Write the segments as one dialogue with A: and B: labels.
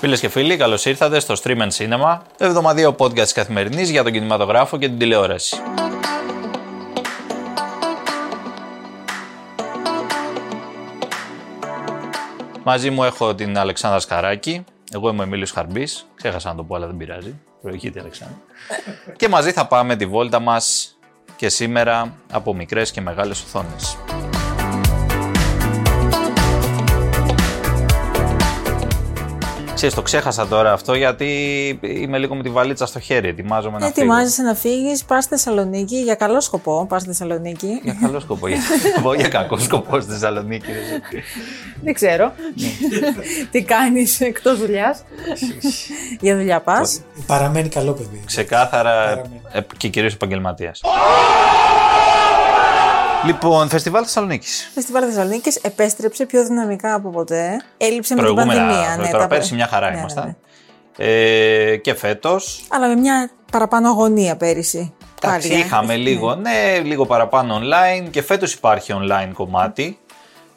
A: Φίλες και φίλοι, καλώς ήρθατε στο Stream and Cinema, το εβδομαδιαίο podcast τη καθημερινής για τον κινηματογράφο και την τηλεόραση. Μαζί μου έχω την Αλεξάνδρα Σκαράκη. Εγώ είμαι ο Εμίλιος Χαρμπής. Ξέχασα να το πω, αλλά δεν πειράζει. Προηγείται η Αλεξάνδρα. και μαζί θα πάμε τη βόλτα μας και σήμερα από μικρές και μεγάλες οθόνες. Ξέρεις, το ξέχασα τώρα αυτό γιατί είμαι λίγο με τη βαλίτσα στο χέρι. Ετοιμάζομαι να φύγω.
B: Ε, Ετοιμάζεσαι να φύγεις, πας στη Θεσσαλονίκη για καλό σκοπό. Πας στη Θεσσαλονίκη.
A: Για καλό σκοπό. Για, για κακό σκοπό στη Θεσσαλονίκη. ρε εσύ.
B: Δεν ξέρω
A: Ναι.
B: τι κάνεις εκτός δουλειάς. για δουλειά πας.
C: Παραμένει καλό παιδί.
A: Ξεκάθαρα
B: ναι.
A: ε, και κυρίως επαγγελματίας. Λοιπόν, φεστιβάλ Θεσσαλονίκης.
B: Φεστιβάλ Θεσσαλονίκης επέστρεψε πιο δυναμικά από ποτέ. Έλειψε με την πανδημία.
A: Προηγούμενα. Τώρα
B: τα-
A: πέρσι μια χαρά
B: ναι, ναι, ναι.
A: ήμασταν. Ε, και φέτος.
B: Αλλά με μια παραπάνω αγωνία πέρυσι.
A: Εντάξει,
B: Πάλι, ε.
A: είχαμε λίγο, ναι, λίγο παραπάνω online και φέτος υπάρχει online κομμάτι.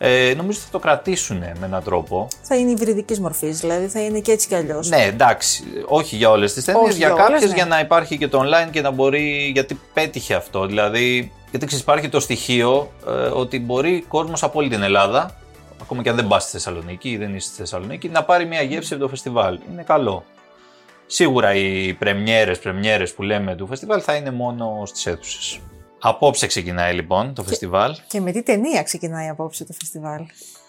A: Ε, νομίζω θα το κρατήσουν με έναν τρόπο.
B: Θα είναι υβριδικής μορφής, δηλαδή θα είναι και έτσι κι αλλιώς.
A: Ναι, εντάξει, όχι για όλες τις ταινίες,
B: Όχι
A: για,
B: για
A: κάποιες
B: όλες, ναι.
A: για να υπάρχει και το online και να μπορεί, γιατί πέτυχε αυτό, δηλαδή, γιατί ξέρεις υπάρχει το στοιχείο ε, ότι μπορεί κόσμος από όλη την Ελλάδα, ακόμα και αν δεν πας στη Θεσσαλονίκη ή δεν είσαι στη Θεσσαλονίκη, να πάρει μια γεύση από το φεστιβάλ. Είναι καλό. Σίγουρα οι πρεμιέρες, πρεμιέρες που λέμε του φεστιβάλ θα είναι μόνο στις αίθουσες. Απόψε ξεκινάει λοιπόν το φεστιβάλ.
B: Και με τι ταινία ξεκινάει απόψε το φεστιβάλ.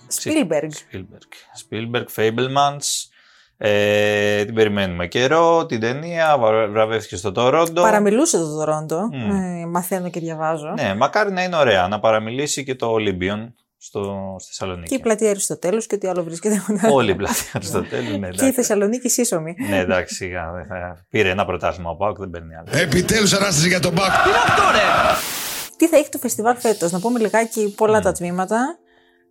A: Ξε-
B: Spielberg.
A: Spielberg. Spielberg, Fablemans. Ε, την περιμένουμε καιρό, την ταινία, βα- βραβεύτηκε στο Τορόντο.
B: Παραμιλούσε το Τωρόντο.
A: Μμμ.
B: Ε, μαθαίνω και διαβάζω.
A: Ναι, μακάρι να είναι ωραία, να παραμιλήσει και το Olympion στο, στη Θεσσαλονίκη.
B: Και η πλατεία Αριστοτέλους και ό,τι άλλο βρίσκεται κοντά.
A: Όλη η πλατεία στο τέλος, ναι,
B: Και η
A: εντάξει.
B: Θεσσαλονίκη σύσσωμη.
A: ναι, εντάξει, σιγά, δεν θα- πήρε ένα πρωτάθλημα ο Πάουκ, δεν παίρνει άλλο.
D: Επιτέλους ανάσταση για τον Μπακ.
B: Τι θα έχει το φεστιβάλ φέτος, να πούμε λιγάκι πολλά
A: Ναι.
B: τα τμήματα.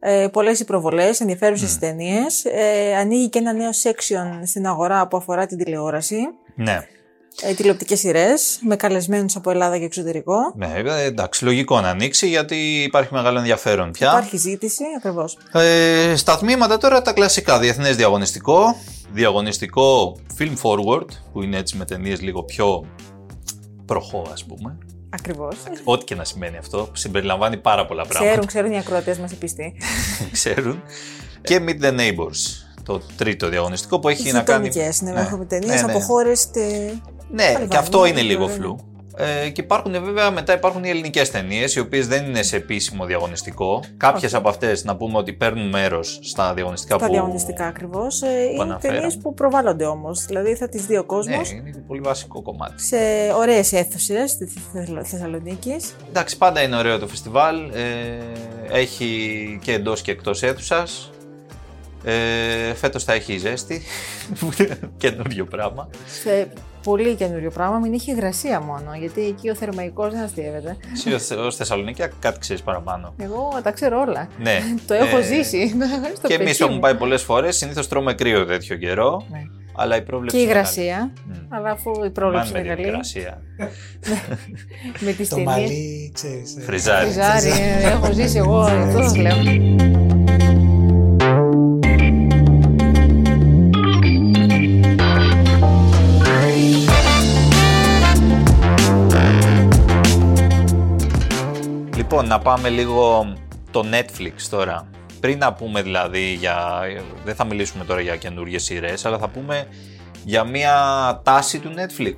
B: Ε, Πολλές οι προβολές, ενδιαφέρουσες
A: Ναι.
B: mm. ταινίες. Ε, ανοίγει και ένα νέο section στην αγορά που αφορά την τηλεόραση.
A: ναι,
B: Ε, Τηλεοπτικές σειρές, με καλεσμένους από Ελλάδα και εξωτερικό.
A: ναι, ε, εντάξει, λογικό να ανοίξει γιατί υπάρχει μεγάλο ενδιαφέρον πια.
B: Υπάρχει ζήτηση, ακριβώς.
A: Ε, στα τμήματα τώρα τα κλασικά. Διεθνές διαγωνιστικό, διαγωνιστικό film forward, που είναι έτσι με ταινίες λίγο πιο προχώ, ας πούμε.
B: Ακριβώς.
A: Ό,τι και να σημαίνει αυτό, που συμπεριλαμβάνει πάρα πολλά
B: Ξέρουν,
A: πράγματα.
B: ξέρουν οι ακροατές μας οι πιστοί.
A: Ξέρουν. Και Meet the Neighbors, το τρίτο διαγωνιστικό που έχει να κάνει.
B: Γειτονικές, ναι,
A: Ναι,
B: έχουμε ταινίες
A: ναι, ναι.
B: από χώρες. Τε...
A: Ναι,
B: Αλβανία,
A: και αυτό είναι λίγο
B: Λιβύη.
A: φλου. Ε, και υπάρχουν βέβαια μετά υπάρχουν οι ελληνικές ταινίες, οι οποίες δεν είναι σε επίσημο διαγωνιστικό. Κάποιες από αυτές να πούμε ότι παίρνουν μέρος στα διαγωνιστικά
B: Τα
A: που.
B: διαγωνιστικά ακριβώς. Είναι
A: αναφέραμε.
B: ταινίες που προβάλλονται όμως. Δηλαδή θα τις δει ο κόσμος.
A: Ναι, είναι πολύ βασικό κομμάτι.
B: σε ωραίες αίθουσες της Θεσσαλο- Θεσσαλονίκης.
A: Εντάξει, πάντα είναι ωραίο το φεστιβάλ. Ε, έχει και εντός και εκτός αίθουσας. Ε, Φέτος θα έχει η ζέστη. Καινούριο πράγμα.
B: Σε πολύ καινούριο πράγμα, μην έχει υγρασία μόνο, γιατί εκεί ο θερμαϊκός δεν αστείευεται.
A: Εσύ ως- ως Θεσσαλονίκη κάτι ξέρεις παραπάνω.
B: Εγώ τα ξέρω όλα.
A: Ναι.
B: Το έχω
A: Ε,
B: ζήσει. στο
A: Και εμείς
B: παιδί
A: έχουμε
B: μου.
A: πάει πολλές φορές. Συνήθως τρώμε κρύο τέτοιο καιρό.
B: Ναι.
A: Αλλά η πρόβλεψη.
B: Και η
A: είναι καλή.
B: υγρασία,
A: Μμ.
B: αλλά αφού η
A: Μάν
B: πρόληψη
A: με
B: είναι
A: την
B: καλή,
A: υγρασία.
B: με τις
C: Το
B: ταινίες.
C: μαλλί, ξέρεις. ε.
A: Φριζάρι.
B: Φριζάρι, ε, έχω ζήσει εγώ, αυτό σας λέω.
A: Λοιπόν, να πάμε λίγο το Netflix τώρα. Πριν να πούμε δηλαδή για... Δεν θα μιλήσουμε τώρα για καινούργιες σειρές, αλλά θα πούμε για μια τάση του Netflix.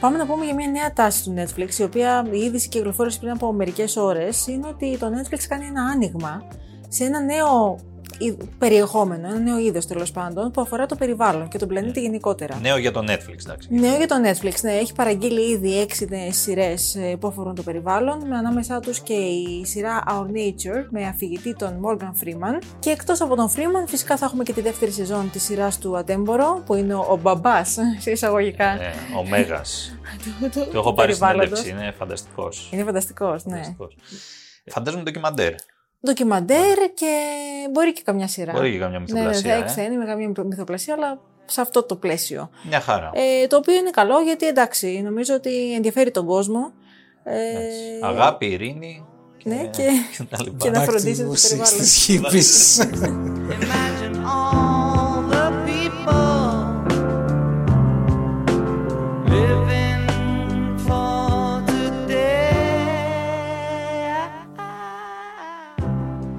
B: Πάμε να πούμε για μια νέα τάση του Netflix, η οποία η είδηση κυκλοφόρησε πριν από μερικές ώρες, είναι ότι το Netflix κάνει ένα άνοιγμα σε ένα νέο είδ- περιεχόμενο, ένα νέο είδος τέλος πάντων, που αφορά το περιβάλλον και τον
A: Ναι.
B: πλανήτη γενικότερα.
A: Νέο για το Netflix, εντάξει.
B: Νέο για το Netflix, ναι, έχει παραγγείλει ήδη έξι σειρές που αφορούν το περιβάλλον, με ανάμεσά τους και η σειρά Our Nature με αφηγητή τον Morgan Freeman. Και εκτός από τον Freeman, φυσικά θα έχουμε και τη δεύτερη σεζόν της σειράς του Ατέμπορο, που είναι ο μπαμπάς, σε εισαγωγικά.
A: Ναι, ο Μέγας.
B: του- του-
A: Το έχω
B: του
A: πάρει
B: περιβάλλοντος.
A: συνέντευξη, είναι φανταστικός.
B: Είναι φανταστικός, ναι.
A: Φανταστικός. Φαντάζομαι ντοκιμαντέρ.
B: Ντοκιμαντέρ και μπορεί και καμιά σειρά.
A: Μπορεί και καμιά
B: ναι, ναι,
A: μυθοπλασία.
B: δεν
A: ε.
B: είναι με καμία μυθοπλασία, αλλά σε αυτό το πλαίσιο.
A: Μια χαρά.
B: Ε, το οποίο είναι καλό γιατί εντάξει, νομίζω ότι ενδιαφέρει τον κόσμο. Ε,
A: Εντάξει. Αγάπη, ειρήνη.
B: Ναι,
A: ε,
B: και-
A: και τα λοιπά.
B: και να
C: Back to
B: φροντίζετε το
C: the 60s
B: περιβάλλον.
C: hippies.
E: Imagine all the people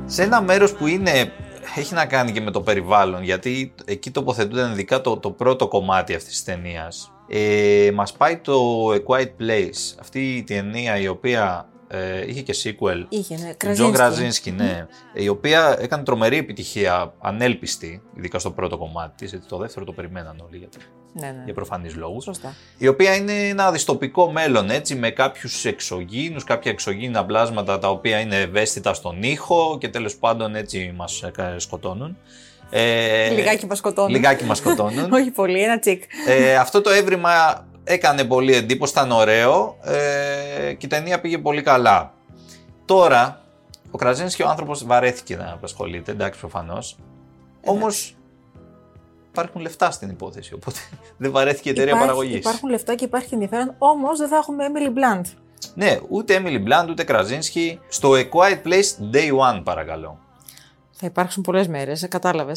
A: σε ένα μέρος που είναι. Έχει να κάνει και με το περιβάλλον, γιατί εκεί τοποθετούνταν ειδικά το, το πρώτο κομμάτι αυτής της ταινίας. Ε, μας πάει το A Quiet Place, αυτή η ταινία η οποία ε, είχε και sequel.
B: Είχε, ναι,
A: Του Τζον Κραζίνσκι,
B: Κραζίνσκι.
A: ναι. Η οποία έκανε τρομερή επιτυχία, ανέλπιστη, ειδικά στο πρώτο κομμάτι της, γιατί το δεύτερο το περιμέναν όλοι για,
B: Ναι, ναι.
A: για προφανείς λόγους.
B: Σωστά.
A: Η οποία είναι ένα διστοπικό μέλλον, έτσι, με κάποιους εξωγήινους, κάποια εξωγήινα πλάσματα τα οποία είναι ευαίσθητα στον ήχο και τέλος πάντων έτσι μας ε, σκοτώνουν. Ε,
B: λιγάκι μας σκοτώνουν.
A: Λιγάκι μας σκοτώνουν.
B: Όχι πολύ, ένα τσικ.
A: Ε, αυτό το έβριμα έκανε πολύ εντύπωση, ήταν ωραίο ε, και η ταινία πήγε πολύ καλά. Τώρα, ο Κραζίνσκι ο άνθρωπος βαρέθηκε να απασχολείται, εντάξει προφανώς, όμως υπάρχουν λεφτά στην υπόθεση, οπότε δεν βαρέθηκε η εταιρεία
B: Υπάρχει-
A: παραγωγής.
B: Υπάρχουν λεφτά και υπάρχει ενδιαφέρον, όμως δεν θα έχουμε Emily Blunt.
A: Ναι, ούτε Emily Blunt, ούτε Κραζίνσκι, στο A Quiet Place Day One παρακαλώ.
B: Θα υπάρξουν ε, πολλές μέρες, κατάλαβε.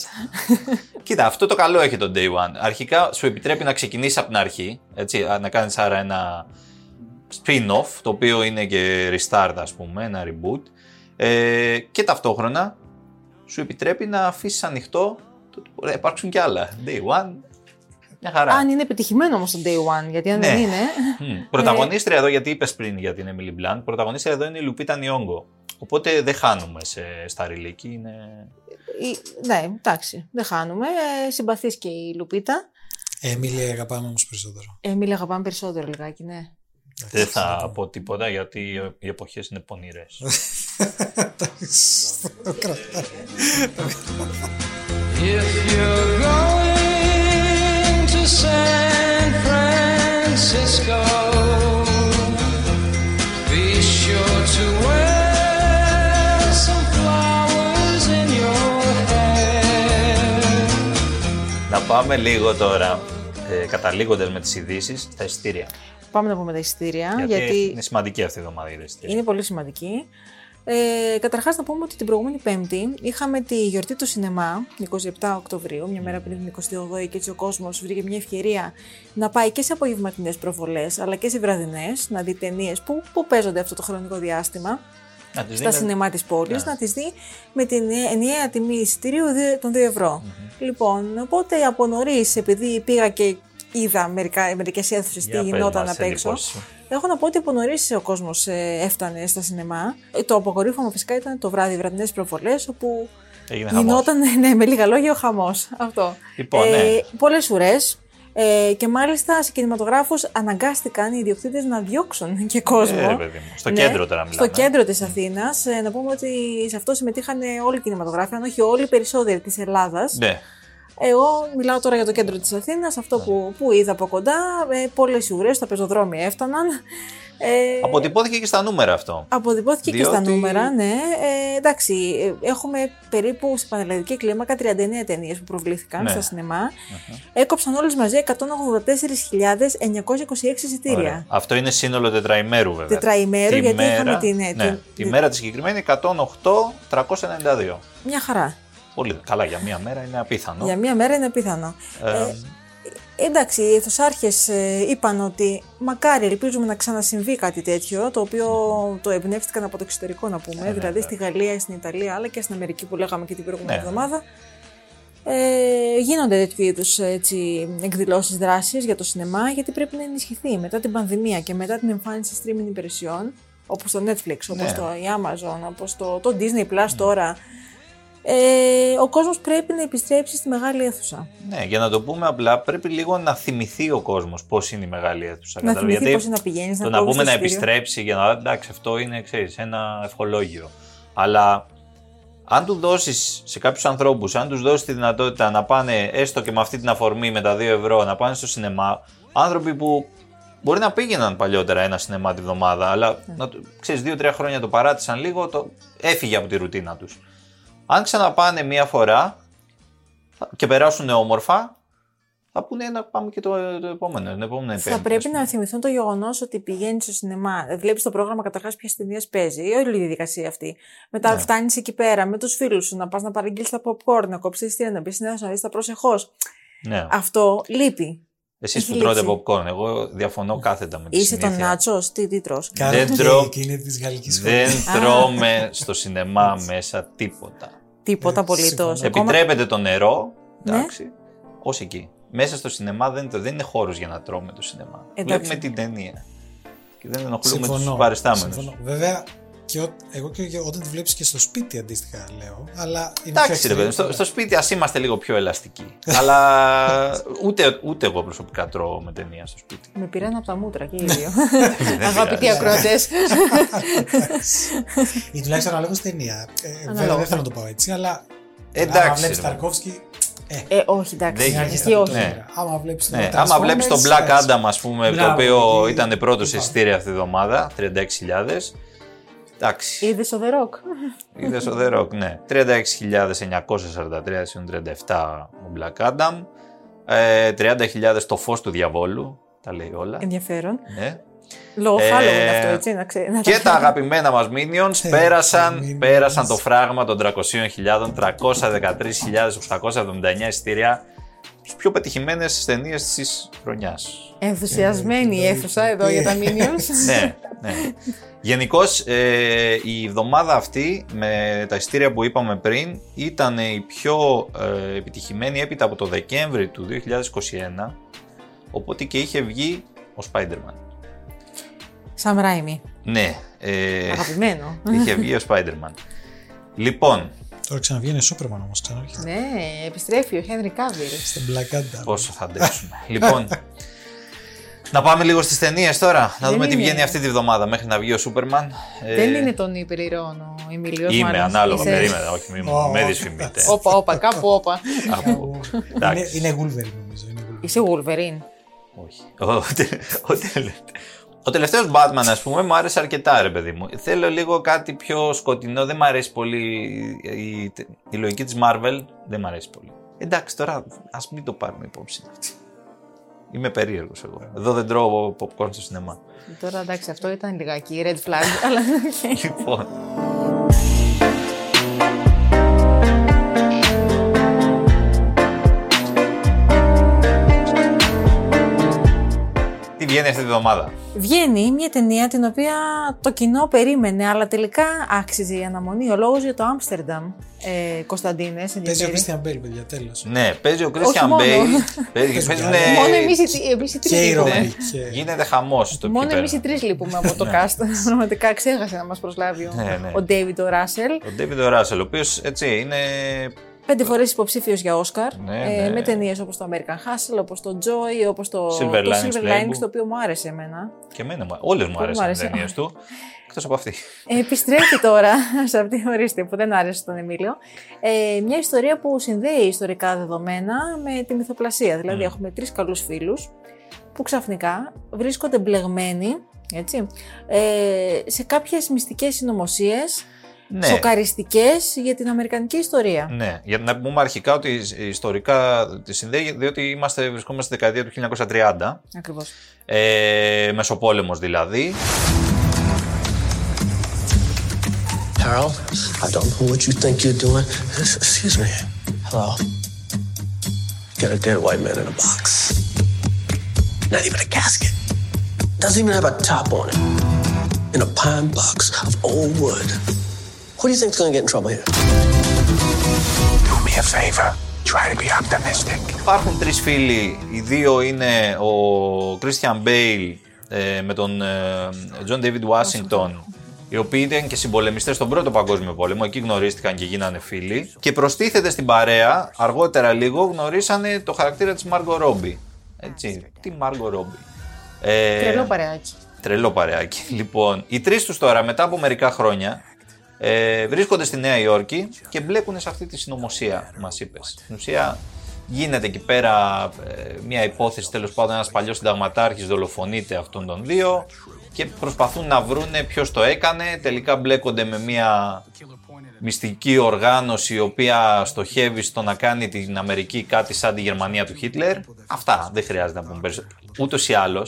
A: Κοίτα, αυτό το καλό έχει το day one. Αρχικά σου επιτρέπει να ξεκινήσεις από την αρχή, έτσι, α, να κάνεις άρα ένα spin-off, το οποίο είναι και restart, ας πούμε, ένα reboot. Ε, και ταυτόχρονα σου επιτρέπει να αφήσεις ανοιχτό το ότι μπορεί να υπάρξουν κι άλλα. Day one, μια χαρά.
B: αν είναι επιτυχημένο όμως το day one, γιατί αν δεν
A: Ναι.
B: είναι.
A: Μμ. Πρωταγωνίστρια εδώ, γιατί είπες πριν για την Emily Blunt, πρωταγωνίστρια εδώ είναι η Λουπίτα Νιόγκο. Οπότε δεν χάνουμε σε, στα ρηλίκη. Είναι...
B: η- ναι, εντάξει, δεν χάνουμε. Ε, συμπαθείς και η Λουπίτα.
C: Έμιλι αγαπάμε όμως περισσότερο.
B: Εμίλη, αγαπάμε περισσότερο λιγάκι, ναι.
A: Δεν θα πω τίποτα γιατί οι εποχές είναι πονηρές.
C: Το κρατάω.
E: If you're going to San Francisco, be sure to wear some flowers in your hair.
A: Να πάμε λίγο τώρα, ε, καταλήγοντας με τις ειδήσεις στα εισιτήρια.
B: Πάμε να πούμε τα εισιτήρια,
A: γιατί,
B: γιατί,
A: είναι σημαντική αυτή η εβδομάδα για τα εισιτήρια.
B: είναι πολύ σημαντική. Ε, Καταρχάς, να πούμε ότι την προηγούμενη Πέμπτη είχαμε τη γιορτή του σινεμά, 27 Οκτωβρίου, μια μέρα πριν την 28η, και έτσι ο κόσμος βρήκε μια ευκαιρία να πάει και σε απογευματινές προβολές, αλλά και σε βραδινές, να δει ταινίες που, που παίζονται αυτό το χρονικό διάστημα
A: Να τις
B: στα
A: δίνουμε-
B: σινεμά της πόλης,
A: Ναι.
B: να τις δει με την ενιαία τιμή εισιτηρίου δε- των 2 ευρω Λοιπόν, οπότε από νωρίς, επειδή πήγα και είδα μερικές αίθουσες
A: Για
B: τι
A: πες
B: γινόταν
A: μας,
B: απ' έξω.
A: εντυπώσεις σου.
B: Έχω να πω ότι από νωρίς ο κόσμος έφτανε στα σινεμά. Ε, Το αποκορύφωμα φυσικά ήταν το βράδυ, οι βραδινές προβολές, όπου
A: Έγινε χαμός.
B: γινόταν ναι, με λίγα λόγια ο χαμός. Αυτό.
A: Λοιπόν, ναι.
B: Πολλές ουρέ. Ε, και μάλιστα σε κινηματογράφου αναγκάστηκαν οι ιδιοκτήτες να διώξουν και κόσμο.
A: Ε, ρε παιδί μου, στο
B: Ναι,
A: κέντρο τώρα μιλάμε.
B: Στο κέντρο της Αθήνας. να πούμε ότι σε αυτό συμμετείχαν όλοι οι κινηματογράφοι, αν όχι όλοι οι περισσότεροι της Ελλάδας.
A: Ναι.
B: Εγώ μιλάω τώρα για το κέντρο της Αθήνας, αυτό που, που είδα από κοντά. Ε, Πολλές ουρές, τα πεζοδρόμια έφταναν. Ε,
A: Αποτυπώθηκε και στα νούμερα αυτό.
B: Αποδειπώθηκε και
A: Διότι-
B: στα νούμερα, ναι. Ε, εντάξει, ε, έχουμε περίπου σε πανελλαδική κλίμακα 39 ταινίες που προβλήθηκαν
A: Ναι.
B: στα σινεμα Έκοψαν όλες μαζί 184.926 εισιτήρια.
A: Ωραία. Αυτό είναι σύνολο τετραημέρου βέβαια.
B: Τετραημέρου,
A: Τη
B: γιατί
A: μέρα-
B: είχαμε την- ε,
A: ναι,
B: την-
A: τη μέρα τη συγκεκριμένη 108-392.
B: Μια χαρά.
A: Πολύ καλά, για μία μέρα είναι απίθανο.
B: Για μία μέρα είναι πιθανό.
A: Ε,
B: Εντάξει, οι αιθουσάρχε είπαν ότι μακάρι ελπίζουμε να ξανασυμβεί κάτι τέτοιο, το οποίο το εμπνεύστηκαν από το εξωτερικό να
A: Ε, ναι,
B: πούμε, δηλαδή στη Γαλλία, στην Ιταλία, αλλά και στην Αμερική που λέγαμε και την προηγούμενη
A: Ναι, ναι.
B: εβδομάδα. Ε, γίνονται τέτοιου είδους εκδηλώσει δράση για το σινεμά, γιατί πρέπει να ενισχυθεί μετά την πανδημία και μετά την εμφάνιση streaming υπηρεσιών, όπως το Netflix, όπως
A: Ναι.
B: το Amazon, όπως το, το Disney Plus τώρα.
A: Ναι.
B: Ε, ο κόσμος πρέπει να επιστρέψει στη μεγάλη αίθουσα.
A: ναι, για να το πούμε απλά, πρέπει λίγο να θυμηθεί ο κόσμος πώς είναι η μεγάλη αίθουσα.
B: Να
A: κατάλαβες,
B: θυμηθεί
A: γιατί-
B: πώ να πηγαίνεις,
A: Το να πούμε να
B: επιστρέψει.
A: επιστρέψει για να. Εντάξει, αυτό είναι ξέρεις, ένα ευχολόγιο. Αλλά αν του δώσεις σε κάποιους ανθρώπους, αν τους δώσεις τη δυνατότητα να πάνε έστω και με αυτή την αφορμή με τα 2 ευρώ να πάνε στο σινεμά, άνθρωποι που μπορεί να πήγαιναν παλιότερα ένα σινεμά τη βδομάδα, αλλά
B: Ναι.
A: να, το- ξέρεις, δύο-τρία χρόνια το παράτησαν λίγο, το έφυγε από τη ρουτίνα τους. Αν ξαναπάνε μία φορά θα- και περάσουν όμορφα, θα πούνε «Ε, να πάμε και το, το επόμενο. Την επόμενη
B: Θα
A: Πέμπτη, ας
B: πρέπει
A: πούμε.
B: να θυμηθούν το γεγονός ότι πηγαίνει στο σινεμά, βλέπεις το πρόγραμμα καταρχάς ποιε ταινίε παίζει, όλη η διαδικασία αυτή. Μετά
A: Ναι.
B: ναι. φτάνεις εκεί πέρα με τους φίλους σου να πας να παραγγείλεις τα popcorn, να κόψεις την να μπει στην αίθουσα, να δει τα προσεχώς.
A: Ναι.
B: Αυτό λείπει.
A: Εσεί
B: Έχει
A: που τρώτε
B: λήξει.
A: popcorn, εγώ διαφωνώ κάθετα με τη
B: Είσαι τον
A: συνήθεια.
B: Νάτσο, τι, τι τρως.
C: Κάνουν και
A: τρώω-
C: εκείνη της γαλλικής σχολή.
A: Δεν τρώμε στο σινεμά μέσα τίποτα.
B: Τίποτα
C: Ε,
B: απολύτως.
C: συμφωνώ.
B: Ακόμα...
A: Επιτρέπεται το νερό,
B: Ναι.
A: εντάξει, ως εκεί. Μέσα στο σινεμά δεν, δεν είναι χώρος για να τρώμε το σινεμά.
B: Εντάξει.
A: Βλέπουμε την ταινία. Και δεν ενοχλούμε
C: Συμφωνώ.
A: τους παριστάμενους.
C: συμφωνώ. Βέβαια, και ό, εγώ και και όταν τη βλέπεις και στο σπίτι αντίστοιχα λέω. Αλλά είναι
A: Εντάξει,
C: πιο
A: ρε παιδί,
C: extreme.
A: μου, στο, στο σπίτι ας είμαστε λίγο πιο ελαστικοί. Αλλά ούτε, ούτε εγώ προσωπικά τρώω με ταινία στο σπίτι.
B: Με πήραν από τα μούτρα και οι δύο.
A: Ναι. Δεν
B: Αγαπητοί
A: πειράζει.
B: ακροατέ.
C: Ή τουλάχιστον αναλόγω στην ταινία. Ε, βέβαια,
B: Αναλόγως.
C: δεν θέλω να το πάω έτσι, αλλά. Άμα
A: Ε, Εντάξει.
C: βλέπεις
A: ρε παιδί μου.
C: Ταρκόφσκι. Ε,
B: Ε, όχι,
A: Δεν
B: εντάξει.
C: είναι
A: γίνεται.
C: αρχής
B: Εκεί
C: τα
B: όχι.
A: Ναι.
C: πιτόγραφα. Άμα βλέπεις
A: Ναι, άμα βλέπεις τον Black Adam, ας πούμε, το
C: ε, Μπράβο,
A: οποίο
C: εκεί-
A: ήταν πρώτος σε
C: εκεί
A: εισιτήρια αυτή τη εβδομάδα, 36.000. Εντάξει.
B: Είδε ο The Rock.
C: Ε,
A: Είδε ο The Rock, ναι. 36.943 συν 37 ο Black Adam. Ε, 30.000 το φως του διαβόλου. Τα λέει όλα.
C: Ε,
B: Ενδιαφέρον.
A: Ναι.
B: Λόγω
A: Ε,
B: Halloween αυτό, έτσι. Να ξέ... να
A: Και τα αγαπημένα μας Minions
C: Ε,
A: πέρασαν,
C: Minions.
A: πέρασαν το φράγμα των 300.000, 313.879 εισιτήρια. Τις πιο πετυχημένες ταινίες της χρονιάς.
B: Ενθουσιασμένη η
C: Ε,
B: αίθουσα εδώ για τα
C: ε.
B: Minions.
A: ναι, ναι. Γενικώς η εβδομάδα αυτή με τα ειστήρια που είπαμε πριν ήταν η πιο ε, επιτυχημένη έπειτα από το Δεκέμβρη του 2021 οπότε και είχε βγει ο Spider-Man.
B: Σαν Ράιμι.
A: Ναι, ε,
B: Αγαπημένο.
A: είχε βγει ο Spider-Man. Λοιπόν,
C: Τώρα ξαναβγαίνει Σούπερμαν όμως, ξανάρχεται.
B: Ναι, επιστρέφει ο Χένρι Κάβιλ.
C: Στον Black Adam.
A: πόσο θα αντέξουμε. λοιπόν, να πάμε λίγο στις ταινίες τώρα, να
B: Δεν
A: δούμε τι
B: είναι-
A: βγαίνει αυτή τη βδομάδα μέχρι να βγει ο Superman. Ε,
B: Δεν είναι τον υπερηρών ο Εμίλιο.
A: Είμαι ανάλογα, περίμενα, όχι, μη μου-
C: Ω.
A: με δυσφημείτε.
B: Όπα, όπα, κάπου όπα.
A: Από-
C: Είναι,
A: Εντάξει.
C: είναι Wolverine νομίζω. Είναι Wolverine.
B: Είσαι Wolverine.
A: Όχι. Ο, τε- ο τελε- ο τελευταίος Batman, ας πούμε, μου άρεσε αρκετά, ρε παιδί μου. Θέλω λίγο κάτι πιο σκοτεινό. Δεν μου αρέσει πολύ η, η, η λογική της Marvel. Δεν μου αρέσει πολύ. Εντάξει, τώρα ας μην το πάρουμε υπόψη αυτή. Είμαι περίεργος εγώ. Εδώ δεν τρώω popcorn στο σινεμά.
B: Τώρα εντάξει, αυτό ήταν λιγάκι red flag, αλλά οκ.
A: λοιπόν. Τι βγαίνει αυτή τη βδομάδα.
B: Βγαίνει μια ταινία την οποία το κοινό περίμενε, αλλά τελικά άξιζε η αναμονή. Ο λόγος για το Άμστερνταμ. Ε, Κωνσταντίνε,
C: Παίζει ο
B: ενδιαφέρει.
C: Christian Bale, παιδιά, τέλος.
A: Ναι, παίζει ο Christian
B: μόνο.
A: Bale. Παίζει, παίζουν,
C: Μόνο
A: ε,
B: Μόνο εμείς οι, εμείς οι
C: Και
B: τρει
C: η
B: λείπουμε.
C: Ρομή. και-
A: Γίνεται χαμός στο
B: Μόνο
A: εκεί
B: εμείς οι
A: πέρα.
B: τρεις λείπουμε από το cast. Πραγματικά ξέχασε να μας προσλάβει ο,
A: Ναι, ναι.
B: ο David ο Ράσελ.
A: Ο Ντέβιντ ο Ράσελ, ο οποίος έτσι είναι.
B: Πέντε φορές υποψήφιος για Όσκαρ. Ε,
A: Ναι, ναι.
B: με ταινίες όπως το American Hustle, όπως το Joy, όπως το
A: Silver
B: το
A: Linings
B: Silver
A: Playbook.
B: Linings, το οποίο μου άρεσε εμένα.
A: και εμένα μου. Όλες μου
B: Πολύ μου
A: αρέσαν οι
B: άρεσε.
A: ταινίες του. Εκτός από αυτή.
B: Επιστρέφει τώρα σε αυτή την ορίστε που δεν άρεσε στον Εμίλιο. Ε, μια ιστορία που συνδέει ιστορικά δεδομένα με τη μυθοπλασία. Δηλαδή,
A: Mm.
B: έχουμε τρεις καλούς φίλους που ξαφνικά βρίσκονται μπλεγμένοι έτσι, ε, σε κάποιες μυστικές συνωμοσίες,
A: Ναι,
B: ναι. σοκαριστικές για την Αμερικανική ιστορία.
A: ναι. Για να πούμε αρχικά ότι ιστορικά τη συνδέει, διότι είμαστε, βρισκόμαστε στη δεκαετία του 1930.
B: Ακριβώς.
A: Ε, Μεσοπόλεμος δηλαδή.
F: Harold, I don't know what you think you're doing. S- Excuse me. Hello. Got a dead white man in a box. Not even a casket. Doesn't even have a top on it. In a pine box of old wood. Who do you think's gonna get in trouble here?
G: Do me a favor. Try to be optimistic.
A: Υπάρχουν τρεις φίλοι, οι δύο είναι ο Christian Bale ε, με τον ε, John David Washington, οι οποίοι ήταν και συμπολεμιστές στον Πρώτο Παγκόσμιο Πόλεμο, εκεί γνωρίστηκαν και γίνανε φίλοι. Και προστίθεται στην παρέα, αργότερα λίγο, γνωρίσανε το χαρακτήρα της Margot Robbie. Έτσι, τι Margot Robbie. Ε,
B: Τρελό παρεάκι.
A: Τρελό παρεάκι. Λοιπόν, οι τρεις τους τώρα, μετά από μερικά χρόνια, ε, βρίσκονται στη Νέα Υόρκη και μπλέκουν σε αυτή τη συνωμοσία, μας είπες. Στην ουσία, γίνεται εκεί πέρα ε, μια υπόθεση, τέλος πάντων, ένας παλιός συνταγματάρχης δολοφονείται αυτών των δύο και προσπαθούν να βρούνε ποιος το έκανε. Τελικά μπλέκονται με μια μυστική οργάνωση η οποία στοχεύει στο να κάνει την Αμερική κάτι σαν τη Γερμανία του Χίτλερ. Αυτά δεν χρειάζεται να πούμε περισσότερο. Ούτως ή άλλως,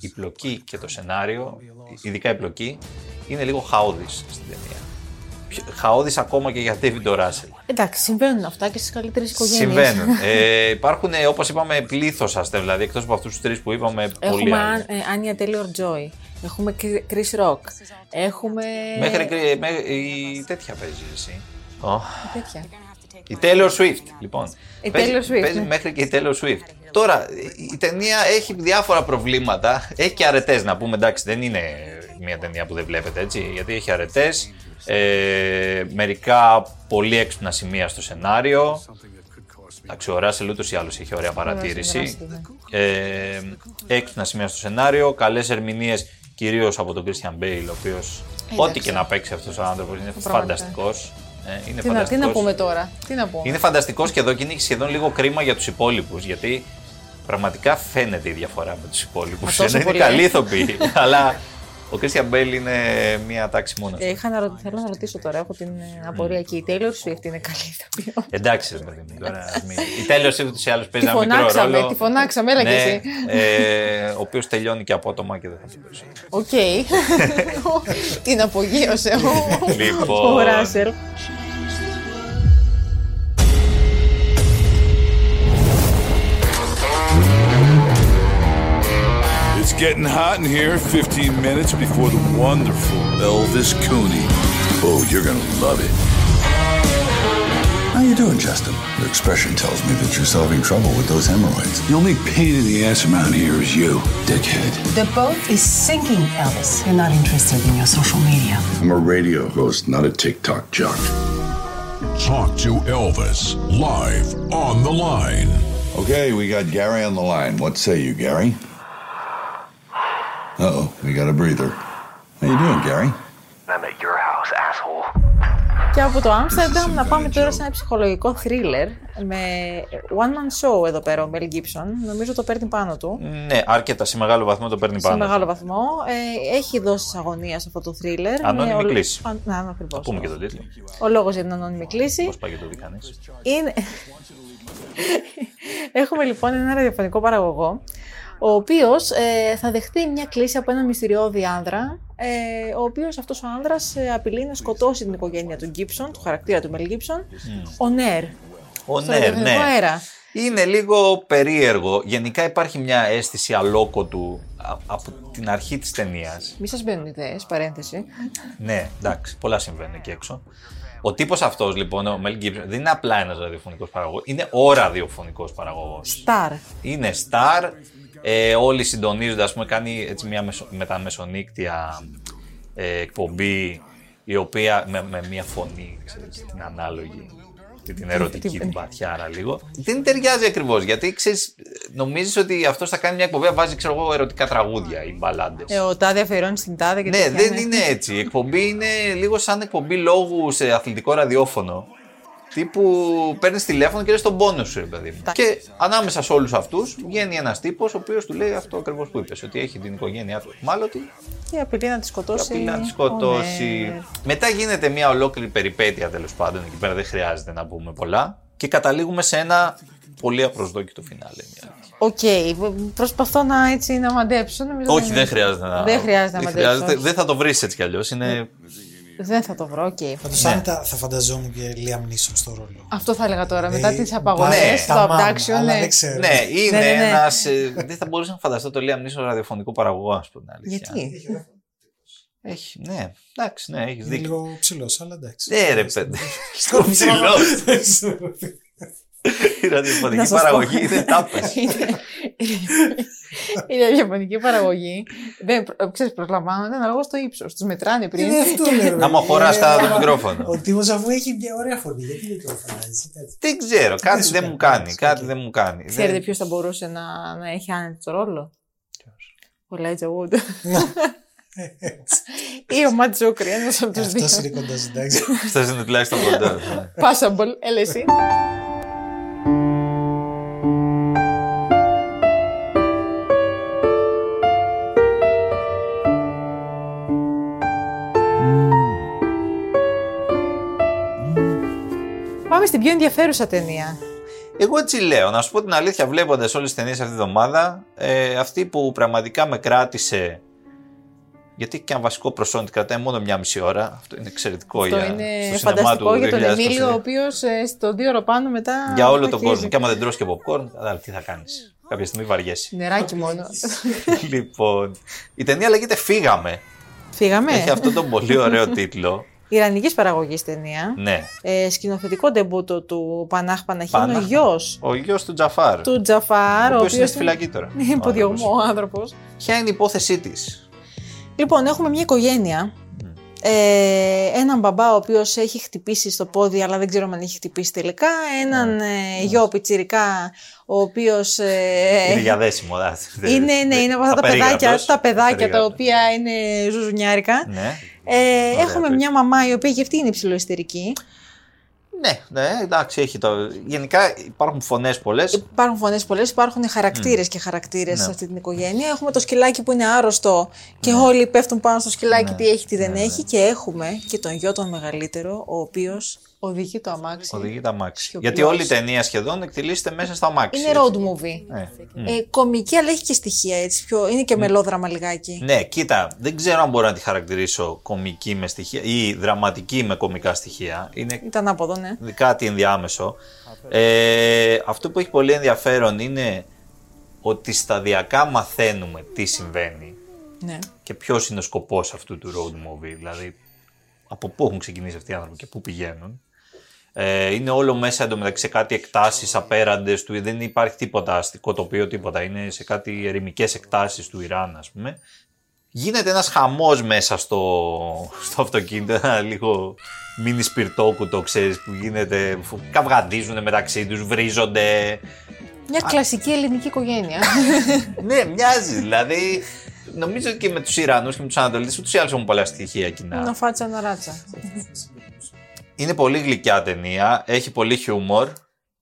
A: η πλοκή και το σενάριο, ειδικά η πλοκή, είναι λίγο χαόδης στην ταινία. χαόδης ακόμα και για David Ράσελ.
B: Εντάξει, συμβαίνουν αυτά και στις καλύτερες οικογένειες.
A: Συμβαίνουν. ε, υπάρχουν, όπως είπαμε, πλήθος αστέ. Δηλαδή, εκτός από αυτούς τους τρεις που είπαμε, πολλοί
B: Έχουμε
A: άλλοι.
B: Αν- ε, Άνια Taylor Joy. Έχουμε Κρι- Chris Rock. Έχουμε.
A: Μέχρι και η τέτοια παίζεις εσύ. Ω, Ε,
B: τέτοια.
A: Η Taylor Swift, λοιπόν.
B: Η
A: Παίζει-
B: Taylor Swift,
A: Παίζει
B: ναι.
A: μέχρι και η Taylor Swift. Τώρα, η ταινία έχει διάφορα προβλήματα. Έχει και αρετές, να πούμε. Εντάξει, δεν είναι μια ταινία που δεν βλέπετε έτσι. Γιατί έχει αρετές. Ε, μερικά πολύ έξυπνα σημεία στο σενάριο. Εντάξει, ο Ράσελ ούτως ή άλλως έχει ωραία παρατήρηση.
B: Ράσελ,
A: Ε, έξυπνα σημεία στο σενάριο, καλές ερμηνείες κυρίως από τον Christian Bale, ο οποίος ό,τι και να παίξει αυτός ο άνθρωπος είναι φανταστικός. Ε, είναι
B: Τι να, τι να
A: φανταστικός.
B: πούμε τώρα. Τι να πούμε.
A: Είναι φανταστικός και εδώ και είναι σχεδόν λίγο κρίμα για τους υπόλοιπους. Γιατί πραγματικά φαίνεται η διαφορά με τους υπόλοιπους.
B: Μα τόσο
A: Ενώ είναι
B: πολύ. ε.
A: καλοί ηθοποιοί. αλλά ο Christian Bale είναι μία τάξη μόνος.
B: Ε, είχα να ρω- Θέλω να ρωτήσω τώρα, έχω την ε, απορία εκεί. Η Taylor Swift είναι καλή ηθοποιό.
A: Εντάξει, ρε παιδί μου, τώρα. ας μην- Η τέλο ούτως ή άλλως
B: Τη
A: παίζει ένα μικρό
B: φωνάξαμε,
A: ρόλο.
B: τη φωνάξαμε, έλα και
A: Ναι,
B: εσύ.
A: ε, ο οποίος τελειώνει και απότομα και δεν θα την περισσότερο.
B: Οκ. Την απογείωσε ο-
A: Λοιπόν.
B: ο Ράσελ.
H: It's getting hot in here 15 minutes before the wonderful Elvis Cooney.
G: Oh, you're gonna love it. How you doing, Justin? Your expression tells me that you're solving trouble with those hemorrhoids.
H: The only pain in the ass around here is you,
G: Dickhead.
I: The boat is sinking, Elvis. You're not interested in your social media.
G: I'm a radio host, not a TikTok jock.
J: Talk to Elvis live on the line.
D: Okay, we got Gary on the line. What say you, Gary? Uh-oh, we got a breather. How you doing, Gary?
F: I'm at your house, asshole.
B: Και από το Άμστερνταμ να πάμε τώρα σε ένα ψυχολογικό θρίλερ με one man show εδώ πέρα ο Μέλ Γκίψον. Νομίζω το παίρνει πάνω του.
A: Ναι, άρκετα σε μεγάλο βαθμό το παίρνει
B: Σε
A: πάνω.
B: μεγάλο βαθμό. Ε, έχει δώσει αγωνία σε αυτό το θρίλερ.
A: Ανώνυμη κλίση.
B: Ναι, ακριβώ.
A: Πούμε και τον τίτλο.
B: Ο λόγος για την ανώνυμη κλίση.
A: Πώς πάει και το δει κανείς.
B: Είναι... Έχουμε λοιπόν ένα ραδιοφωνικό παραγωγό, ο οποίος ε, θα δεχτεί μια κλίση από έναν μυστηριώδη άνδρα, ε, ο οποίος αυτός ο άνδρας ε, απειλεί να σκοτώσει την οικογένεια του Γκίψον, του χαρακτήρα του Μελ Γκίψον, ο Νέρ,
A: Mm. Ο
B: στο
A: ναι,
B: ραδιοφωνικό
A: ναι.
B: αέρα.
A: Είναι λίγο περίεργο. Γενικά υπάρχει μια αίσθηση αλόκοτου α- από την αρχή της ταινίας.
B: Μη σας μπαίνουν ιδέες, παρένθεση.
A: Ναι, εντάξει, πολλά συμβαίνουν εκεί έξω. Ο τύπος αυτός λοιπόν, ο Μελ Gibson, δεν είναι απλά ένας ραδιοφωνικός παραγωγός, είναι ο ραδιοφωνικός παραγωγός.
B: Τάρ.
A: Είναι star, ε, όλοι συντονίζονται, ας πούμε, κάνει έτσι μια μεσο, μεταμεσονύκτια ε, εκπομπή, η οποία με, με μια φωνή, ξέρεις, την ανάλογη και την ερωτική, την πατιάρα λίγο. Δεν ταιριάζει ακριβώς γιατί ξέρεις, νομίζεις ότι αυτός θα κάνει μια εκπομπή, να βάζει ξέρω εγώ, ερωτικά τραγούδια ή μπαλάντες.
B: Ε, ο Τάδε αφιερώνει στην Τάδε και
A: Ναι,
B: τέτοια,
A: δεν
B: ναι.
A: είναι έτσι. Η εκπομπή είναι λίγο σαν εκπομπή λόγου σε αθλητικό ραδιόφωνο. Τύπου παίρνεις τηλέφωνο και λες τον πόνο σου, ρε παιδί μου.
B: Εντάξει.
A: Και ανάμεσα σε όλους αυτούς βγαίνει ένας τύπος ο οποίος του λέει αυτό ακριβώς που είπες: Ότι έχει την οικογένειά του μάλλον
B: Και απειλεί να τη σκοτώσει.
A: Πρέπει να τη
B: ο Νέρ.
A: σκοτώσει. Μετά γίνεται μια ολόκληρη περιπέτεια τέλος πάντων εκεί πέρα, δεν χρειάζεται να πούμε πολλά. Και καταλήγουμε σε ένα πολύ απροσδόκητο φινάλε. είναι η αλήθεια.
B: Οκ, προσπαθώ να έτσι να μαντέψω. νομίζω
A: Όχι,
B: είναι-
A: δεν χρειάζεται να.
B: ναι. Δεν χρειάζεται να Ναι.
A: δεν
B: μαντέψω.
A: χρειάζεται.
B: όχι.
A: Δεν θα το βρεις έτσι κι αλλιώς. Είναι
B: Δεν θα το βρω, οκ.
C: Πάντως
A: Ναι.
C: άνετα θα φανταζόμουν και Liam Neeson στο ρόλο.
B: Αυτό θα έλεγα τώρα. Μετά
C: Ε,
B: τις απαγορές,
A: ναι,
B: το
C: τα μάμα,
B: abduction.
C: αλλά
B: Ναι.
C: δεν ξέρω.
A: Ναι, είναι
B: Ναι, ναι, ναι.
A: ένας, ε, δεν θα μπορούσα να φανταστώ το Liam Neeson ραδιοφωνικό παραγωγό, ας πούμε. αλήθεια.
B: Γιατί.
A: Έχει, ναι, εντάξει, ναι, έχει
C: Είναι
A: δίκιο.
C: λίγο ψηλός, αλλά εντάξει.
A: Ναι, ρε παιδί. Στο ψηλό. Η ραδιοφωνική
B: Να σας πω.
A: παραγωγή είναι τάπες.
B: Είναι- Η ραδιοφωνική παραγωγή. Δεν, προ- ξέρεις, προσλαμβάνονται αναλόγω το ύψος. Τους μετράνε πριν.
C: Είναι αυτό,
B: Και-
C: ρε, ρε.
A: Άμα χωράς τα-
C: Ε,
A: το μικρόφωνο.
C: Ο Τίμος αφού έχει μια ωραία φωνή, γιατί δεν το φωνάζει. κάτι.
A: Δεν ξέρω, κάτι
C: σου
A: δεν
C: κάνει,
A: μου κάνει.
C: εντάξει,
A: Κάτι
C: οκ.
A: δεν μου κάνει.
B: Ξέρετε
C: Ναι.
A: Δεν-
B: ποιος θα μπορούσε να, να έχει άνετο το ρόλο. Ο Λάιτζα Wood.
C: Ναι.
B: Ή ο Ματ Τζόκρι, ένας από τους δύο.
C: Ε, Αυτός είναι κοντά, εντάξει.
A: Αυτός είναι τουλάχιστον κοντά. ναι.
B: Passable, έλα εσύ. Πάμε στην πιο ενδιαφέρουσα ταινία.
A: Εγώ έτσι λέω, να σου πω την αλήθεια, βλέποντας όλες τις ταινίες αυτή τη βδομάδα, ε, αυτή που πραγματικά με κράτησε Γιατί και ένα βασικό προσόντι κρατάει μόνο μία μισή ώρα. Αυτό είναι εξαιρετικό
B: Αυτό
A: για,
B: είναι
A: στο σινεμά
B: φανταστικό
A: του
B: για τον
A: 2022.
B: Εμίλιο, ο οποίος στον δύο ώρο πάνω μετά.
A: Για όλο τον
B: αρχίζει.
A: κόσμο. Και άμα δεν τρως και popcorn, αλλά τι θα κάνεις. Κάποια στιγμή βαριέσαι.
B: Νεράκι μόνο. Ναι.
A: λοιπόν, η ταινία λέγεται Φύγαμε.
B: Φύγαμε.
A: Έχει αυτόν τον πολύ ωραίο τίτλο.
B: Ιρανικής παραγωγής ταινία.
A: ναι.
B: Ε, σκηνοθετικό ντεμπούτο του Πανάχ Παναχίνου, ο
A: Παναχ-
B: γιος
A: Ο γιος του Τζαφάρ.
B: του Τζαφάρ.
A: Ο οποίος είναι
B: οποίος
A: στη φυλακή τώρα.
B: Είναι Ναι, υποδιωγμό ο άνθρωπος.
A: Ποια είναι η υπόθεσή της.
B: Λοιπόν, έχουμε μια οικογένεια.
A: Ναι.
B: Ε, έναν μπαμπά ο οποίος έχει χτυπήσει στο πόδι αλλά δεν ξέρω αν έχει χτυπήσει τελικά έναν
A: Ναι.
B: ε, γιο πιτσιρικά ο οποίος ε,
A: είναι για δέσιμο. δα-
B: είναι, ναι, είναι από αυτά τα παιδάκια,
A: περίγραπτος.
B: τα παιδάκια τα
A: Περίγραπτος.
B: οποία είναι ζουζουνιάρικα
A: Ναι.
B: ε,
A: Ωραία,
B: έχουμε
A: πες.
B: μια μαμά η οποία και αυτή είναι υψηλοϊστερική
A: Ναι, ναι, εντάξει, έχει το. Γενικά υπάρχουν φωνές πολλές.
B: Υπάρχουν φωνές πολλές, υπάρχουν χαρακτήρες και χαρακτήρες σε αυτή την οικογένεια. Έχουμε το σκυλάκι που είναι άρρωστο και όλοι πέφτουν πάνω στο σκυλάκι, τι έχει, τι δεν έχει. Και έχουμε και τον γιο τον μεγαλύτερο, ο οποίος οδηγεί το αμάξι.
A: Οδηγεί τα μάξι.
B: Σιωπηλός.
A: Γιατί όλη η ταινία σχεδόν εκτελήσεται μέσα στα μάξι.
B: Είναι road movie.
A: Ναι.
B: Ε, κομική, αλλά έχει και στοιχεία έτσι. Πιο... Είναι και μελόδραμα λιγάκι.
A: Ναι, κοίτα, δεν ξέρω αν μπορώ να τη χαρακτηρίσω κομική με στοιχεία ή δραματική με κομικά στοιχεία. Είναι
B: Ήταν από εδώ, ναι.
A: κάτι ενδιάμεσο. Ε, αυτό που έχει πολύ ενδιαφέρον είναι ότι σταδιακά μαθαίνουμε τι συμβαίνει
B: ναι.
A: και ποιος είναι ο σκοπός αυτού του road movie. Δηλαδή, από πού έχουν ξεκινήσει αυτοί οι άνθρωποι και πού πηγαίνουν. Ε, είναι όλο μέσα εντωμεταξύ σε κάτι εκτάσεις απέραντες του. Δεν υπάρχει τίποτα αστικό τοπίο, τίποτα. Είναι σε κάτι ερημικές εκτάσεις του Ιράν, ας πούμε. Γίνεται ένας χαμός μέσα στο, στο αυτοκίνητο, ένα λίγο μίνι σπιρτόκουτο, ξέρεις, που γίνεται, φου- καυγαδίζουν μεταξύ τους, βρίζονται.
B: Μια κλασική ελληνική οικογένεια.
A: ναι, μοιάζει, δηλαδή, νομίζω και με τους Ιρανούς και με τους Ανατολίτες, ούτως ή άλλως έχουν πολλά στοιχεία κοινά.
B: Να φάτσα να ράτσα.
A: Είναι πολύ γλυκιά ταινία, έχει πολύ χιούμορ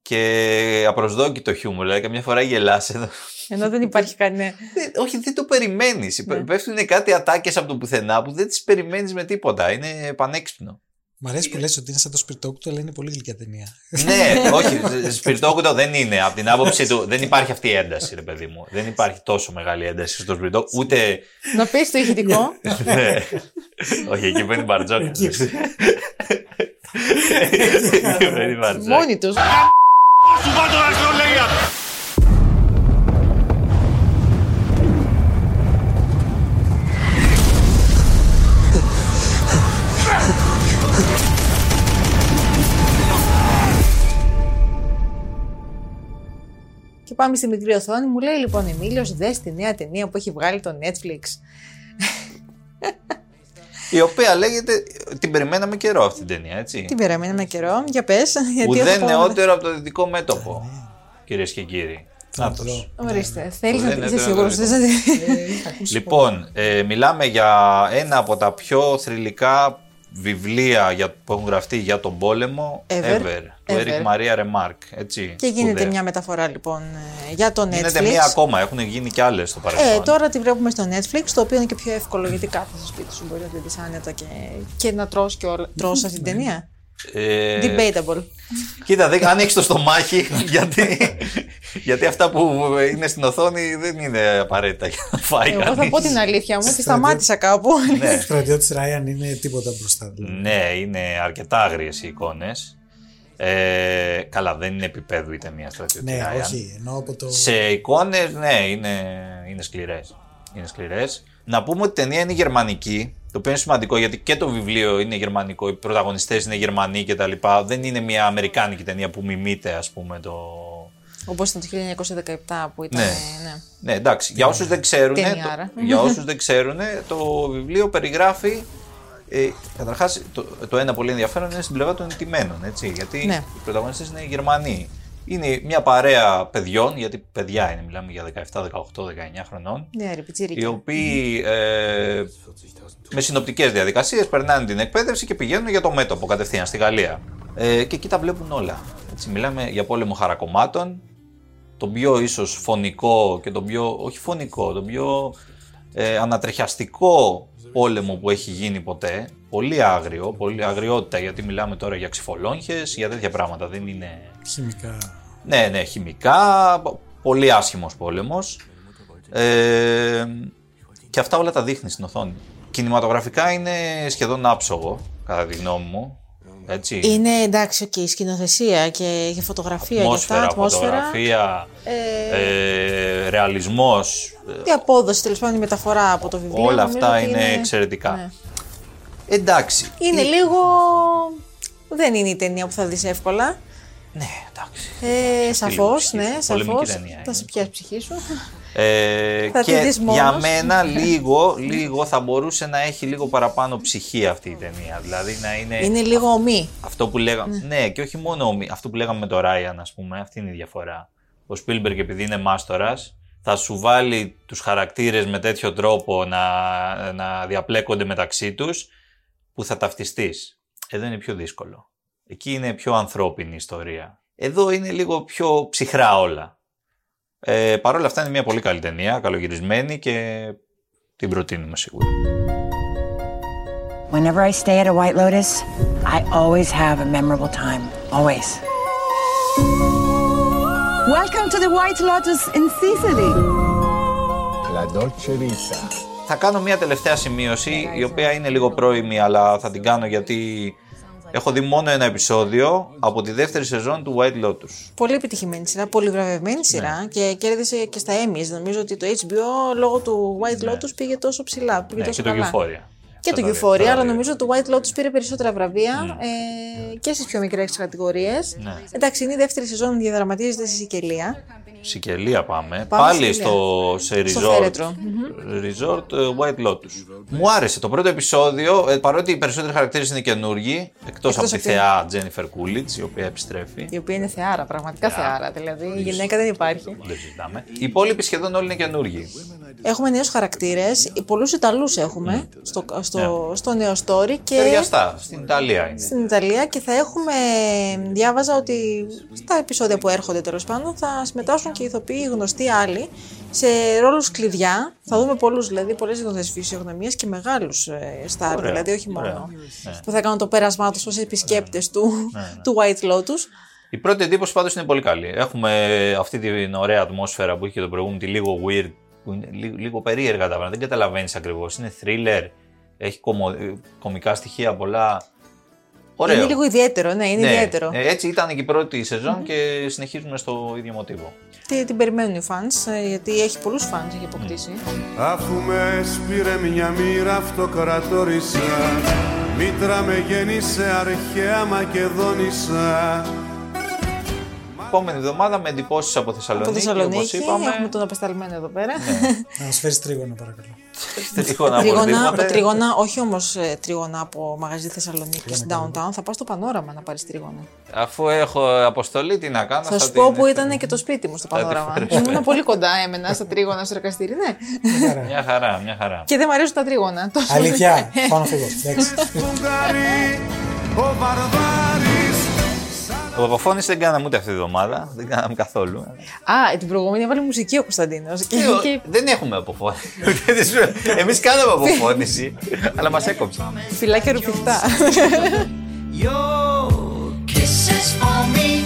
A: και απροσδόκητο χιούμορ. Δηλαδή, καμιά φορά γελάς εδώ.
B: Ενώ δεν υπάρχει κανένα.
A: Δεν- Όχι, δεν το περιμένεις. Πέφτουν κάτι ατάκες από το πουθενά που δεν τις περιμένεις με τίποτα. Είναι πανέξυπνο.
C: Μ' αρέσει που λες ότι είναι σαν το σπιρτόκουτο, αλλά είναι πολύ γλυκιά ταινία.
A: ναι, όχι, σπιρτόκουτο δεν είναι. Από την άποψη του, δεν υπάρχει αυτή η ένταση, ρε παιδί μου. Δεν υπάρχει τόσο μεγάλη ένταση στο σπιρτόκουτο, ούτε.
B: να πεις το ηχητικό.
A: Ναι. όχι, εκεί παίρνει μπαρτζόκα. ναι. Εκεί παίρνει μπαρτζόκα.
B: Μόνοι του. Και πάμε στη μικρή οθόνη. Μου λέει λοιπόν Εμίλιος, δες τη νέα ταινία που έχει βγάλει το Netflix.
A: Η οποία λέγεται. Την περιμέναμε καιρό αυτή την ταινία, έτσι.
B: Την πήραμε ένα καιρό. Για πες.
A: Ουδέν νεότερο από το δυτικό μέτωπο, κυρίες και κύριοι. Να το.
B: Ορίστε, θέλεις να
A: Ουδέν
B: την είσαι
A: νεότερο
B: σίγουρο.
A: από το Λοιπόν, ε, μιλάμε για ένα από τα πιο θρηλυκά βιβλία για, που έχουν γραφτεί για τον πόλεμο
B: Ever.
A: του
B: Ever.
A: Eric Maria Remarque. Έτσι,
B: Και γίνεται
A: σπουδαίο.
B: μια μεταφορά λοιπόν ε, για το Netflix.
A: Γίνεται μία ακόμα, έχουν γίνει και άλλες στο παρελθόν.
B: Ε, τώρα τη βλέπουμε στο Netflix, το οποίο είναι και πιο εύκολο γιατί κάθεσαι σπίτι σου μπορεί να την δεις άνετα και, και να τρως και όλα. Τρως αυτή την ταινία.
A: Ε,
B: Debatable.
A: Κοίτα, δεν, αν έχεις το στομάχι, γιατί, γιατί αυτά που είναι στην οθόνη δεν είναι απαραίτητα για να φάει
B: Εγώ θα
A: ε, κανείς.
B: πω την αλήθεια μου, τη σταμάτησα κάπου.
A: Ναι.
C: Ο στρατιώτη Ράιαν είναι τίποτα μπροστά. Δηλαδή.
A: Ναι, είναι αρκετά άγριες οι εικόνες. Ε, καλά, δεν είναι επίπεδου η ταινία στρατιωτική.
C: Ναι,
A: Mm. Ryan.
C: όχι. Ενώ από το.
A: Σε εικόνες, ναι, είναι, είναι σκληρές. Είναι σκληρές. Να πούμε ότι η ταινία είναι γερμανική, το οποίο είναι σημαντικό γιατί και το βιβλίο είναι γερμανικό, οι πρωταγωνιστές είναι Γερμανοί κτλ. Δεν είναι μια αμερικάνικη ταινία που μιμείται, ας πούμε, το...
B: Όπως ήταν το 1917 που ήταν.
A: Ναι.
B: Ναι. ναι.
A: Ναι, εντάξει, για όσους δεν ξέρουν,
B: Ταινιάρα.
A: το, για όσους δεν ξέρουνε, το βιβλίο περιγράφει ε, Καταρχάς, το, το ένα πολύ ενδιαφέρον είναι στην πλευρά των τιμένων. Έτσι, γιατί
B: Ναι.
A: οι πρωταγωνιστές είναι οι Γερμανοί. Είναι μια παρέα παιδιών, γιατί παιδιά είναι, μιλάμε για 17, 18, 19 χρονών,
B: Ναι, ρε, πιτσιρίκι.
A: οι οποίοι ε, με συνοπτικές διαδικασίες περνάνε την εκπαίδευση και πηγαίνουν για το μέτωπο κατευθείαν στη Γαλλία. Ε, και εκεί τα βλέπουν όλα. Έτσι, μιλάμε για πόλεμο χαρακομμάτων, τον πιο ίσως φωνικό και τον πιο, όχι φωνικό, τον πιο ε, ανατρεχιαστικό πόλεμο που έχει γίνει ποτέ. Πολύ άγριο, πολύ αγριότητα γιατί μιλάμε τώρα για ξυφολόγχες, για τέτοια πράγματα. Δεν είναι
C: Χημικά.
A: ναι, ναι, χημικά, πο- πολύ άσχημος πόλεμος. Ε, και αυτά όλα τα δείχνει στην οθόνη. Κινηματογραφικά είναι σχεδόν άψογο, κατά τη γνώμη μου. Έτσι.
B: Είναι εντάξει, και η σκηνοθεσία και η φωτογραφία
A: Ατμόσφαιρα,
B: και αυτά, ατμόσφαιρα.
A: φωτογραφία,
B: Ε,
A: ε, ρεαλισμός,
B: η απόδοση, τέλος πάντων, η μεταφορά από το βιβλίο.
A: όλα
B: νομίζω
A: αυτά
B: ότι ναι.
A: είναι, εξαιρετικά. Εντάξει,
B: Είναι λίγο. Δεν είναι η ταινία που θα δεις εύκολα. Ναι, εντάξει. Ε, Σαφώ,
A: ψυχή
B: ναι,
A: σου,
B: σαφώς.
A: πολεμική ταινία
B: Θα σε πιάσει η ψυχή σου.
A: Ε,
B: Θα τη
A: και
B: δεις
A: για
B: μόνος.
A: μένα λίγο, λίγο θα μπορούσε να έχει λίγο παραπάνω ψυχή αυτή η ταινία. Δηλαδή να είναι,
B: είναι λίγο ομή.
A: αυτό που λέγαμε. Ναι. και όχι μόνο ομοι- αυτό που λέγαμε με το Ryan, ας πούμε, αυτή είναι η διαφορά. Ο Spielberg επειδή είναι μάστορας θα σου βάλει τους χαρακτήρες με τέτοιο τρόπο να, να διαπλέκονται μεταξύ τους που θα ταυτιστείς. Εδώ είναι πιο δύσκολο. Εκεί είναι πιο ανθρώπινη η ιστορία. Εδώ είναι λίγο πιο ψυχρά όλα. Ε, Παρ' όλα αυτά είναι μια πολύ καλή ταινία, καλογυρισμένη και την προτείνουμε σίγουρα.
I: Whenever I stay at a White Lotus, I always have a memorable time. Always. Welcome to the White Lotus in Sicily.
D: La Dolce Vita.
A: Θα κάνω μια τελευταία σημείωση,
B: Ναι,
A: η οποία είναι λίγο πρώιμη, αλλά θα την κάνω γιατί έχω δει μόνο ένα επεισόδιο από τη δεύτερη σεζόν του White Lotus.
B: Πολύ επιτυχημένη σειρά, πολύ
A: Ναι.
B: βραβευμένη σειρά και κέρδισε και στα Emmys. Νομίζω ότι το HBO λόγω του White Lotus πήγε τόσο ψηλά. Πήγε
A: Ναι,
B: τόσο
A: και το
B: καλά.
A: Euphoria.
B: Και
A: Αυτά
B: το
A: τα δύο,
B: Euphoria,
A: αυτά τα
B: αλλά
A: δύο.
B: νομίζω το White Lotus πήρε περισσότερα βραβεία ε, και στις πιο μικρές κατηγορίες.
A: Ναι.
B: Εντάξει, είναι η δεύτερη σεζόν, διαδραματίζεται στη Σικελία.
A: Σικελία πάμε.
B: Πάμε
A: Πάλι
B: Σικελία.
A: στο, σε
B: Στο
A: resort.
B: φέρετρο.
A: Resort ε, White Lotus. Μου άρεσε το πρώτο επεισόδιο, ε, παρότι οι περισσότεροι χαρακτήρες είναι καινούργοι, εκτός από τη
B: από τη-
A: θεά Jennifer Coolidge, η οποία επιστρέφει.
B: Η οποία είναι θεάρα, πραγματικά θεάρα. Δηλαδή η γυναίκα δεν υπάρχει.
A: Δεν συζητάμε. Οι υπόλοιποι σχεδόν όλοι είναι καινούργοι.
B: Έχουμε νέους χαρακτήρες. Πολλούς Ιταλούς έχουμε στο, στο, στο νέο story και
A: Ταιριαστά, στην Ιταλία είναι.
B: στην Ιταλία και θα έχουμε. Διάβαζα ότι στα επεισόδια που έρχονται τέλος πάντων θα συμμετάσχουν και ηθοποιοί γνωστοί άλλοι σε ρόλους κλειδιά. Θα δούμε πολλούς δηλαδή, πολλές γνωστέ φυσιογνωμίες και μεγάλους στάρ,
A: Ωραία,
B: δηλαδή όχι
A: ωραία.
B: μόνο.
A: Ναι.
B: Που θα κάνουν το πέρασμά τους ως επισκέπτες του, του White Lotus.
A: Η πρώτη εντύπωση πάντως είναι πολύ καλή. Έχουμε αυτή την ωραία ατμόσφαιρα που είχε και το προηγούμενο, τη λίγο weird, που είναι λίγο, λίγο περίεργα τα πράγματα. Δεν καταλαβαίνεις ακριβώς. Είναι thriller, έχει κωμο- ε, κωμικά στοιχεία πολλά. Ωραίο.
B: Είναι λίγο ιδιαίτερο, ναι, είναι
A: Ναι.
B: ιδιαίτερο.
A: Ε, Έτσι ήταν και η πρώτη σεζόν και συνεχίζουμε στο ίδιο μοτίβο.
B: Τι- Την περιμένουν οι fans, ε, γιατί έχει πολλούς fans, έχει αποκτήσει.
A: Ναι.
K: Αφού μες σπήρε μια μοίρα αυτοκρατόρισα Μήτρα με γέννησε αρχαία Μακεδόνισσα
A: Επόμενη εβδομάδα με εντυπώσεις από Θεσσαλονίκη,
B: Από
A: όπως
B: Θεσσαλονίκη,
A: είπαμε.
B: έχουμε τον απεσταλμένο εδώ πέρα.
A: Ναι.
C: Να μας φέρεις τρίγωνο παρακαλώ.
A: Τρίγωνα από
B: τρίγωνα,
A: οτιδήποτε.
B: από τρίγωνα, όχι όμως τρίγωνα από μαγαζί Θεσσαλονίκης downtown. Θα πάω στο πανόραμα να πάρεις τρίγωνα.
A: Αφού έχω αποστολή, τι να κάνω.
B: Θα σου
A: την-
B: πω που ήταν και το σπίτι μου στο
A: θα τη
B: πανόραμα.
A: φέρεις.
B: Ήμουν πολύ κοντά έμενα στα τρίγωνα στο εργαστήρι, ναι.
A: Μια χαρά, μια χαρά.
B: Και δεν μου αρέσουν τα τρίγωνα. τόσο-
C: Αλήθεια, πάνω φύγω. Εντάξει.
K: Ο Βαρβάρης
A: Ο Παπαφώνης δεν κάναμε ούτε αυτή τη εβδομάδα, δεν κάναμε καθόλου.
B: Α, την προηγούμενη έβαλε μουσική ο Κωνσταντίνος.
A: Ε, Δεν έχουμε αποφώνηση. Εμείς κάναμε αποφώνηση, αλλά μας έκοψε.
B: Φυλάκια ρουφιχτά.
E: Your kisses for me